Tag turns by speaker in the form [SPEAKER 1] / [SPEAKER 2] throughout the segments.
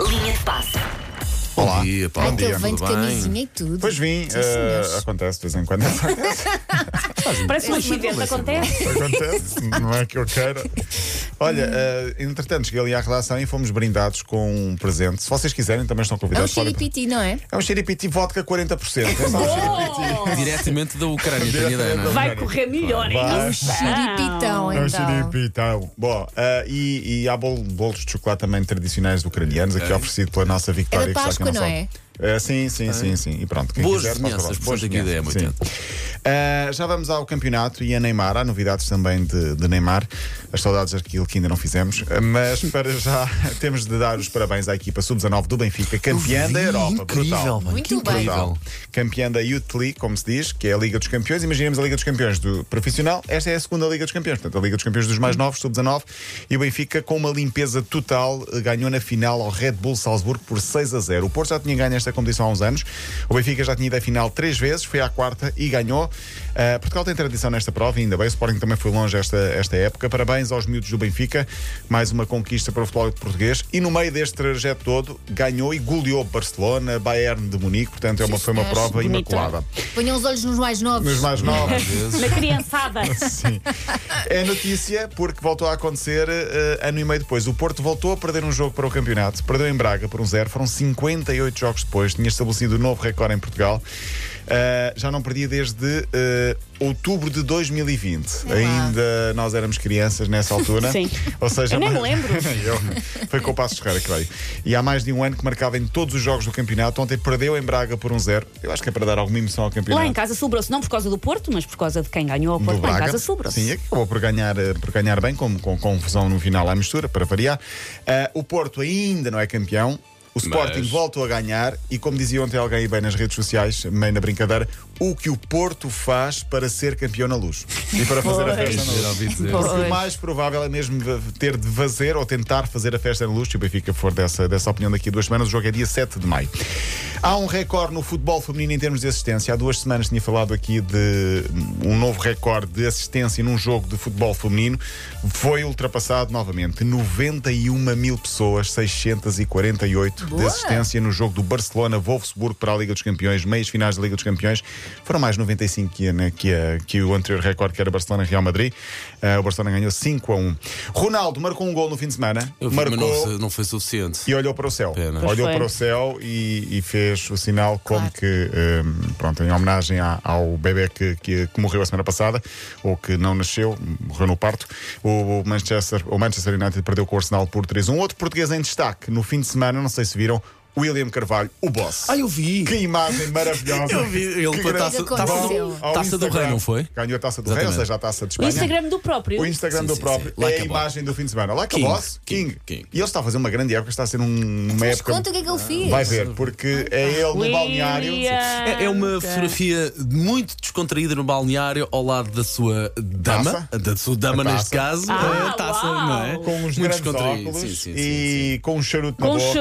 [SPEAKER 1] Linha de passe.
[SPEAKER 2] Olá.
[SPEAKER 3] Bom dia, Paulo.
[SPEAKER 4] Ah, então vem de
[SPEAKER 3] tudo bem?
[SPEAKER 4] camisinha e tudo.
[SPEAKER 2] Pois vim,
[SPEAKER 4] Sim,
[SPEAKER 2] eh,
[SPEAKER 4] senhores. É um
[SPEAKER 2] acontece de vez em quando.
[SPEAKER 1] Parece um
[SPEAKER 4] Sim,
[SPEAKER 1] acidente,
[SPEAKER 3] beleza.
[SPEAKER 1] acontece.
[SPEAKER 2] acontece, não é que eu queira. Olha, eh, entretanto, cheguei ali à redação e fomos brindados com um presente. Se vocês quiserem, também estão
[SPEAKER 4] É um
[SPEAKER 2] convidados. podem-
[SPEAKER 4] xiripiti, não é?
[SPEAKER 2] É um xeripiti vodka 40%. É só um xeripiti.
[SPEAKER 3] Diretamente da Ucrânia, tenho ideia, não é?
[SPEAKER 1] Vai correr melhor, hein?
[SPEAKER 2] Vai.
[SPEAKER 4] É um Xiripitão,
[SPEAKER 2] É um
[SPEAKER 4] então.
[SPEAKER 2] xeripitão. Bom, eh, e, e há bol- bolos de chocolate também tradicionais ucranianos, aqui oferecido pela nossa Victória.
[SPEAKER 4] É da
[SPEAKER 2] que está aqui
[SPEAKER 4] Páscoa,
[SPEAKER 2] na
[SPEAKER 4] não
[SPEAKER 2] sala. Eh, sim, sim, sim, sim. E pronto, quem
[SPEAKER 3] Boas
[SPEAKER 2] quiser, pode
[SPEAKER 3] vizinhanças,
[SPEAKER 2] provar.
[SPEAKER 3] portanto, aqui é
[SPEAKER 2] vizinhanças,
[SPEAKER 3] da
[SPEAKER 2] sim.
[SPEAKER 3] M80.
[SPEAKER 2] Uh, já vamos ao campeonato e a Neymar. Há novidades também de, de Neymar. As saudades daquilo que ainda não fizemos. Uh, Mas para já temos de dar os parabéns à equipa sub-19 do Benfica, campeã é da Europa.
[SPEAKER 3] Incrível,
[SPEAKER 2] Brutal.
[SPEAKER 3] bem,
[SPEAKER 4] Muito
[SPEAKER 3] que
[SPEAKER 4] bem.
[SPEAKER 3] incrível.
[SPEAKER 2] Brutal. Campeã da Youth League, como se diz, que é a Liga dos Campeões. Imaginemos a Liga dos Campeões do profissional. Esta é a segunda Liga dos Campeões, portanto, a Liga dos Campeões dos mais novos, sub-19. E o Benfica, com uma limpeza total, eh, ganhou na final ao Red Bull Salzburgo por 6 a 0. O Porto já tinha ganho esta competição há uns anos. O Benfica já tinha ido à final três vezes, foi à quarta e ganhou. Eh, Portugal tem tradição nesta prova, e ainda bem. O Sporting também foi longe esta, esta época. Parabéns aos miúdos do Benfica. Mais uma conquista para o futebol português. E no meio deste trajeto todo, ganhou e goleou Barcelona, Bayern de Munique. Portanto, é uma, foi uma
[SPEAKER 4] Sim,
[SPEAKER 2] prova
[SPEAKER 1] bonito.
[SPEAKER 2] imaculada.
[SPEAKER 4] Ponham os olhos nos mais novos.
[SPEAKER 2] Nos mais novos.
[SPEAKER 1] Na criançada.
[SPEAKER 2] Sim. É notícia porque voltou a acontecer eh, ano e meio depois. O Porto voltou a perder um jogo para o campeonato. Perdeu em Braga por um zero. Foram 58 jogos depois. Tinha estabelecido um novo recorde em Portugal. Eh, já não perdia desde eh, outubro de 2020. Ainda nós éramos crianças nessa altura.
[SPEAKER 1] Sim.
[SPEAKER 2] Ou seja,
[SPEAKER 1] Eu nem me
[SPEAKER 2] mas-
[SPEAKER 1] lembro.
[SPEAKER 2] nem eu. Foi com o Passos Ferreira, creio. E há mais de um ano que marcava em todos os jogos do campeonato. Ontem perdeu em Braga por um zero. Eu acho que é para dar alguma emoção ao campeonato.
[SPEAKER 1] Lá em casa sobrou-se, não por causa do Porto, mas por causa de quem ganhou o
[SPEAKER 2] do
[SPEAKER 1] Porto. Lá em
[SPEAKER 2] Braga.
[SPEAKER 1] casa sobrou-se.
[SPEAKER 2] Sim, é acabou por ganhar, eh, por ganhar bem, com, com confusão no final à mistura, para variar. Eh, o Porto ainda não é campeão. O Sporting
[SPEAKER 3] Mas-
[SPEAKER 2] voltou a ganhar e, como dizia ontem alguém aí bem nas redes sociais, meio na brincadeira, o que o Porto faz para ser campeão na luz e para fazer a festa na
[SPEAKER 3] Já
[SPEAKER 2] luz.
[SPEAKER 3] ouvi dizer.
[SPEAKER 2] Porque o mais provável é mesmo de- ter de fazer ou tentar fazer a festa na luz, se o Benfica for dessa, dessa opinião daqui a duas semanas, o jogo é dia 7 de maio. Há um recorde no futebol feminino em termos de assistência. Há duas semanas tinha falado aqui de um novo recorde de assistência num jogo de futebol feminino. Foi ultrapassado novamente. 91 mil pessoas, 648 de
[SPEAKER 4] Boa.
[SPEAKER 2] assistência no jogo do Barcelona-Wolfsburgo para a Liga dos Campeões, meias finais da Liga dos Campeões. Foram mais 95 que, a- né, que, a- que o anterior recorde, que era Barcelona-Real Madrid. Ah, o Barcelona ganhou 5 a 1. Ronaldo marcou um gol no fim de semana.
[SPEAKER 3] Eu vi, mas não, se- não foi suficiente.
[SPEAKER 2] E olhou para o céu.
[SPEAKER 3] Pena.
[SPEAKER 1] Pois
[SPEAKER 2] Olhou
[SPEAKER 1] foi.
[SPEAKER 2] para o céu e, e fez o sinal como
[SPEAKER 4] Claro.
[SPEAKER 2] que, hum, pronto, em homenagem à- ao bebê que, que, que morreu a semana passada, ou que não nasceu, morreu no parto, o Manchester, o Manchester United perdeu com o Arsenal por 3 Um outro português em destaque no fim de semana, não sei se viram, William Carvalho, o boss.
[SPEAKER 3] Ah, eu vi.
[SPEAKER 2] Que imagem maravilhosa.
[SPEAKER 3] Eu vi. Ele
[SPEAKER 2] Que
[SPEAKER 3] foi a
[SPEAKER 2] grande-
[SPEAKER 3] taça,
[SPEAKER 4] Olha o que
[SPEAKER 3] taça
[SPEAKER 4] aconteceu.
[SPEAKER 3] do,
[SPEAKER 2] Ao
[SPEAKER 3] taça do
[SPEAKER 2] Instagram.
[SPEAKER 3] Rei, não foi?
[SPEAKER 2] Ganhou a taça do Rei, ou
[SPEAKER 3] Exatamente.
[SPEAKER 2] seja, a taça de
[SPEAKER 1] O
[SPEAKER 2] Espanha.
[SPEAKER 1] Instagram do próprio.
[SPEAKER 2] O Instagram
[SPEAKER 3] Sim,
[SPEAKER 2] do
[SPEAKER 3] sim,
[SPEAKER 2] próprio
[SPEAKER 3] sim. Like
[SPEAKER 2] é a
[SPEAKER 3] a
[SPEAKER 2] imagem do fim de semana. Like
[SPEAKER 3] King,
[SPEAKER 2] a Boss, King.
[SPEAKER 3] King, King.
[SPEAKER 2] E ele está a fazer uma grande época, está a ser um, uma
[SPEAKER 4] Mas
[SPEAKER 2] época.
[SPEAKER 4] conta o que é que eu fiz.
[SPEAKER 2] Vai ver, porque
[SPEAKER 1] Ah,
[SPEAKER 2] é ele no balneário.
[SPEAKER 3] É, é
[SPEAKER 2] Ah,
[SPEAKER 3] uma fotografia muito descontraída no balneário ao lado da sua dama,
[SPEAKER 2] Taça.
[SPEAKER 3] da sua dama
[SPEAKER 2] A taça.
[SPEAKER 3] neste caso,
[SPEAKER 1] Ah,
[SPEAKER 3] a taça,
[SPEAKER 1] uau.
[SPEAKER 3] não é?
[SPEAKER 2] Com os
[SPEAKER 3] muito
[SPEAKER 2] grandes
[SPEAKER 3] descontraído,
[SPEAKER 2] óculos
[SPEAKER 3] sim, sim, sim,
[SPEAKER 2] e com um charuto na
[SPEAKER 1] Com
[SPEAKER 2] boca.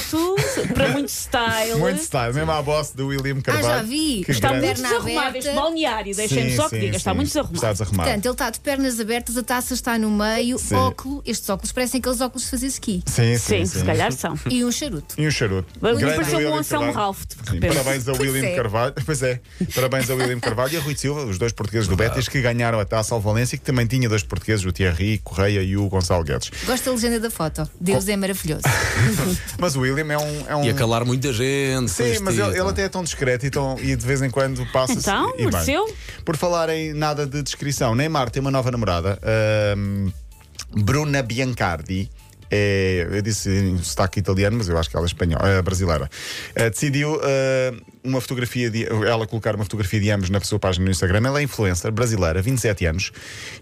[SPEAKER 1] charuto, para muito style.
[SPEAKER 2] Muito style, mesmo à boss do William
[SPEAKER 4] Ah,
[SPEAKER 2] Carvalho.
[SPEAKER 4] já vi.
[SPEAKER 2] Que
[SPEAKER 4] Está
[SPEAKER 1] Está
[SPEAKER 2] grande.
[SPEAKER 1] muito
[SPEAKER 4] Perna
[SPEAKER 1] desarrumado
[SPEAKER 4] aberta.
[SPEAKER 1] este balneário, deixem-me
[SPEAKER 2] Sim,
[SPEAKER 1] só que
[SPEAKER 2] sim,
[SPEAKER 1] diga, está
[SPEAKER 2] sim.
[SPEAKER 1] muito
[SPEAKER 2] Está
[SPEAKER 1] desarrumado.
[SPEAKER 2] desarrumado.
[SPEAKER 4] Portanto, ele está de pernas abertas, a taça está no meio,
[SPEAKER 2] Sim.
[SPEAKER 4] óculo. Estes óculos parecem aqueles óculos de fazer ski.
[SPEAKER 2] Sim,
[SPEAKER 1] Sim,
[SPEAKER 2] sim,
[SPEAKER 1] se calhar são.
[SPEAKER 4] E um charuto.
[SPEAKER 2] E um charuto.
[SPEAKER 1] Mas
[SPEAKER 2] Grande
[SPEAKER 1] pareceu um
[SPEAKER 2] William
[SPEAKER 1] Anselmo
[SPEAKER 2] Carvalho.
[SPEAKER 1] Ralph, de
[SPEAKER 2] Sim,
[SPEAKER 1] repente.
[SPEAKER 2] parabéns a
[SPEAKER 4] Pois
[SPEAKER 2] William
[SPEAKER 4] é.
[SPEAKER 2] Carvalho. Pois é, parabéns a William Carvalho e a Rui Silva, os dois portugueses do Betis que ganharam a taça ao Valência, que também tinha dois portugueses, o Thierry Correia e o Gonçalo Guedes.
[SPEAKER 4] Gosto da legenda da foto. Deus é maravilhoso.
[SPEAKER 2] Mas o William é um. É um...
[SPEAKER 3] E a calar muita gente.
[SPEAKER 2] Sim, mas ele, ele até é tão discreto e, tão- e de vez em quando passa-se.
[SPEAKER 1] Então,
[SPEAKER 2] e bem.
[SPEAKER 1] mereceu?
[SPEAKER 2] Por falar em nada de descrição, Neymar tem uma nova namorada, ahm, Bruna Biancardi. É, eu disse em sotaque italiano, mas eu acho que ela é espanhola, é, brasileira. Ah, decidiu ah, uma fotografia de, ela colocar uma fotografia de ambos na sua página no Instagram. Ela é influencer brasileira, 27 anos,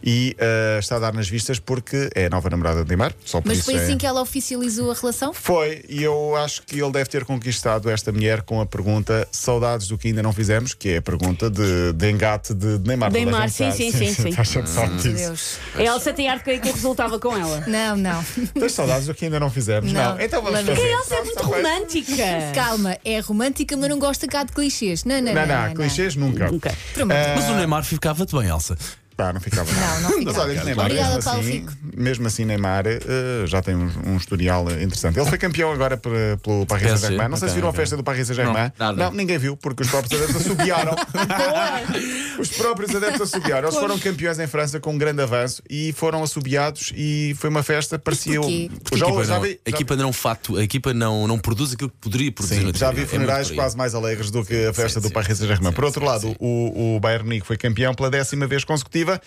[SPEAKER 2] e ah, está a dar nas vistas porque é a nova namorada de Neymar. Só por
[SPEAKER 4] Mas
[SPEAKER 2] isso
[SPEAKER 4] foi
[SPEAKER 2] é-
[SPEAKER 4] assim que ela oficializou a relação?
[SPEAKER 2] foi, e eu acho que ele deve ter conquistado esta mulher com a pergunta saudades do que ainda não fizemos, que é a pergunta de, de engate de Neymar.
[SPEAKER 1] Neymar,
[SPEAKER 2] Toda a gente
[SPEAKER 1] sim,
[SPEAKER 2] sabe.
[SPEAKER 1] sim, sim, sim.
[SPEAKER 2] Toda a gente sabe disso.
[SPEAKER 4] Deus.
[SPEAKER 1] É A Elsa tem arte que que resultava com ela.
[SPEAKER 4] Não, não.
[SPEAKER 2] Tens saudades do que ainda não fizemos? Não.
[SPEAKER 4] Não.
[SPEAKER 2] Então vamos
[SPEAKER 4] Lamento.
[SPEAKER 2] fazer.
[SPEAKER 4] Que
[SPEAKER 1] Elsa é muito
[SPEAKER 2] Vamos fazer.
[SPEAKER 1] romântica.
[SPEAKER 4] Calma, é romântica, mas não gosta cá de clichês. Não, não, não.
[SPEAKER 2] Não, não, clichês nunca.
[SPEAKER 1] Nunca.
[SPEAKER 2] Ah.
[SPEAKER 4] Pronto.
[SPEAKER 3] Mas o Neymar ficava-te bem, Elsa.
[SPEAKER 2] Pá, não ficava
[SPEAKER 4] Não,
[SPEAKER 2] nada.
[SPEAKER 4] não
[SPEAKER 2] Mas
[SPEAKER 4] ficava.
[SPEAKER 2] olha, que Neymar,
[SPEAKER 4] Obrigada,
[SPEAKER 2] mesmo
[SPEAKER 4] Paulo
[SPEAKER 2] assim,
[SPEAKER 4] Rico.
[SPEAKER 2] mesmo assim, Neymar eh, já tem um, um historial eh, interessante. Ele foi campeão agora para- pelo Paris
[SPEAKER 3] PSG,
[SPEAKER 2] Saint-Germain. Não sei se
[SPEAKER 3] ok,
[SPEAKER 2] viram a
[SPEAKER 3] ok.
[SPEAKER 2] festa do Paris Saint-Germain.
[SPEAKER 3] Não, nada.
[SPEAKER 2] ninguém viu, porque os próprios adeptos assobiaram. os próprios adeptos assobiaram. Eles foram campeões em França com um grande avanço e foram assobiados e foi uma festa, parecia.
[SPEAKER 4] porquê?
[SPEAKER 2] um-
[SPEAKER 3] Porque
[SPEAKER 2] Já-
[SPEAKER 3] a equipa,
[SPEAKER 2] já
[SPEAKER 3] não,
[SPEAKER 2] vi-
[SPEAKER 3] a
[SPEAKER 2] já-
[SPEAKER 3] equipa não fato, a equipa não, não produz aquilo que poderia produzir
[SPEAKER 2] Sim,
[SPEAKER 3] na
[SPEAKER 2] já
[SPEAKER 3] teoria.
[SPEAKER 2] vi
[SPEAKER 3] É muito
[SPEAKER 2] funerais
[SPEAKER 3] por aí.
[SPEAKER 2] quase mais alegres do que a festa
[SPEAKER 3] sim,
[SPEAKER 2] do Paris
[SPEAKER 3] sim,
[SPEAKER 2] Saint-Germain.
[SPEAKER 3] sim,
[SPEAKER 2] Por outro
[SPEAKER 3] sim,
[SPEAKER 2] lado,
[SPEAKER 3] sim.
[SPEAKER 2] o, o Bayern Munique foi campeão pela décima vez consecutiva,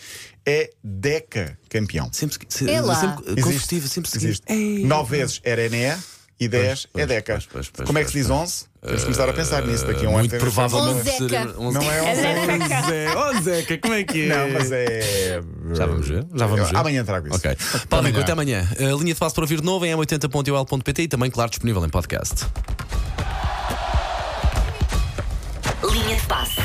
[SPEAKER 2] é deca campeão.
[SPEAKER 3] Sempre, que- se,
[SPEAKER 4] É lá.
[SPEAKER 3] sempre competitivo, sempre seguinte.
[SPEAKER 2] Existe. Nove vezes era NE e dez
[SPEAKER 3] pois,
[SPEAKER 2] é deca.
[SPEAKER 3] pois, pois, pois,
[SPEAKER 2] Como é que se
[SPEAKER 3] pois,
[SPEAKER 2] diz onze? Temos de começar a pensar nisso daqui a um ano.
[SPEAKER 3] Muito
[SPEAKER 2] temos-
[SPEAKER 3] provavelmente
[SPEAKER 4] Onze
[SPEAKER 3] ser-
[SPEAKER 4] Zeca.
[SPEAKER 3] onze-
[SPEAKER 2] Não é onze.
[SPEAKER 3] Onze, Zeca, como é que é?
[SPEAKER 2] Não, mas é.
[SPEAKER 3] Já vamos ver. Já vamos ver.
[SPEAKER 2] Amanhã trago isso.
[SPEAKER 3] Ok. Paulo Rico, até amanhã. A linha de passo para ouvir de novo é em m80.ol.pt e também, claro, disponível em podcast.
[SPEAKER 5] Linha de passe.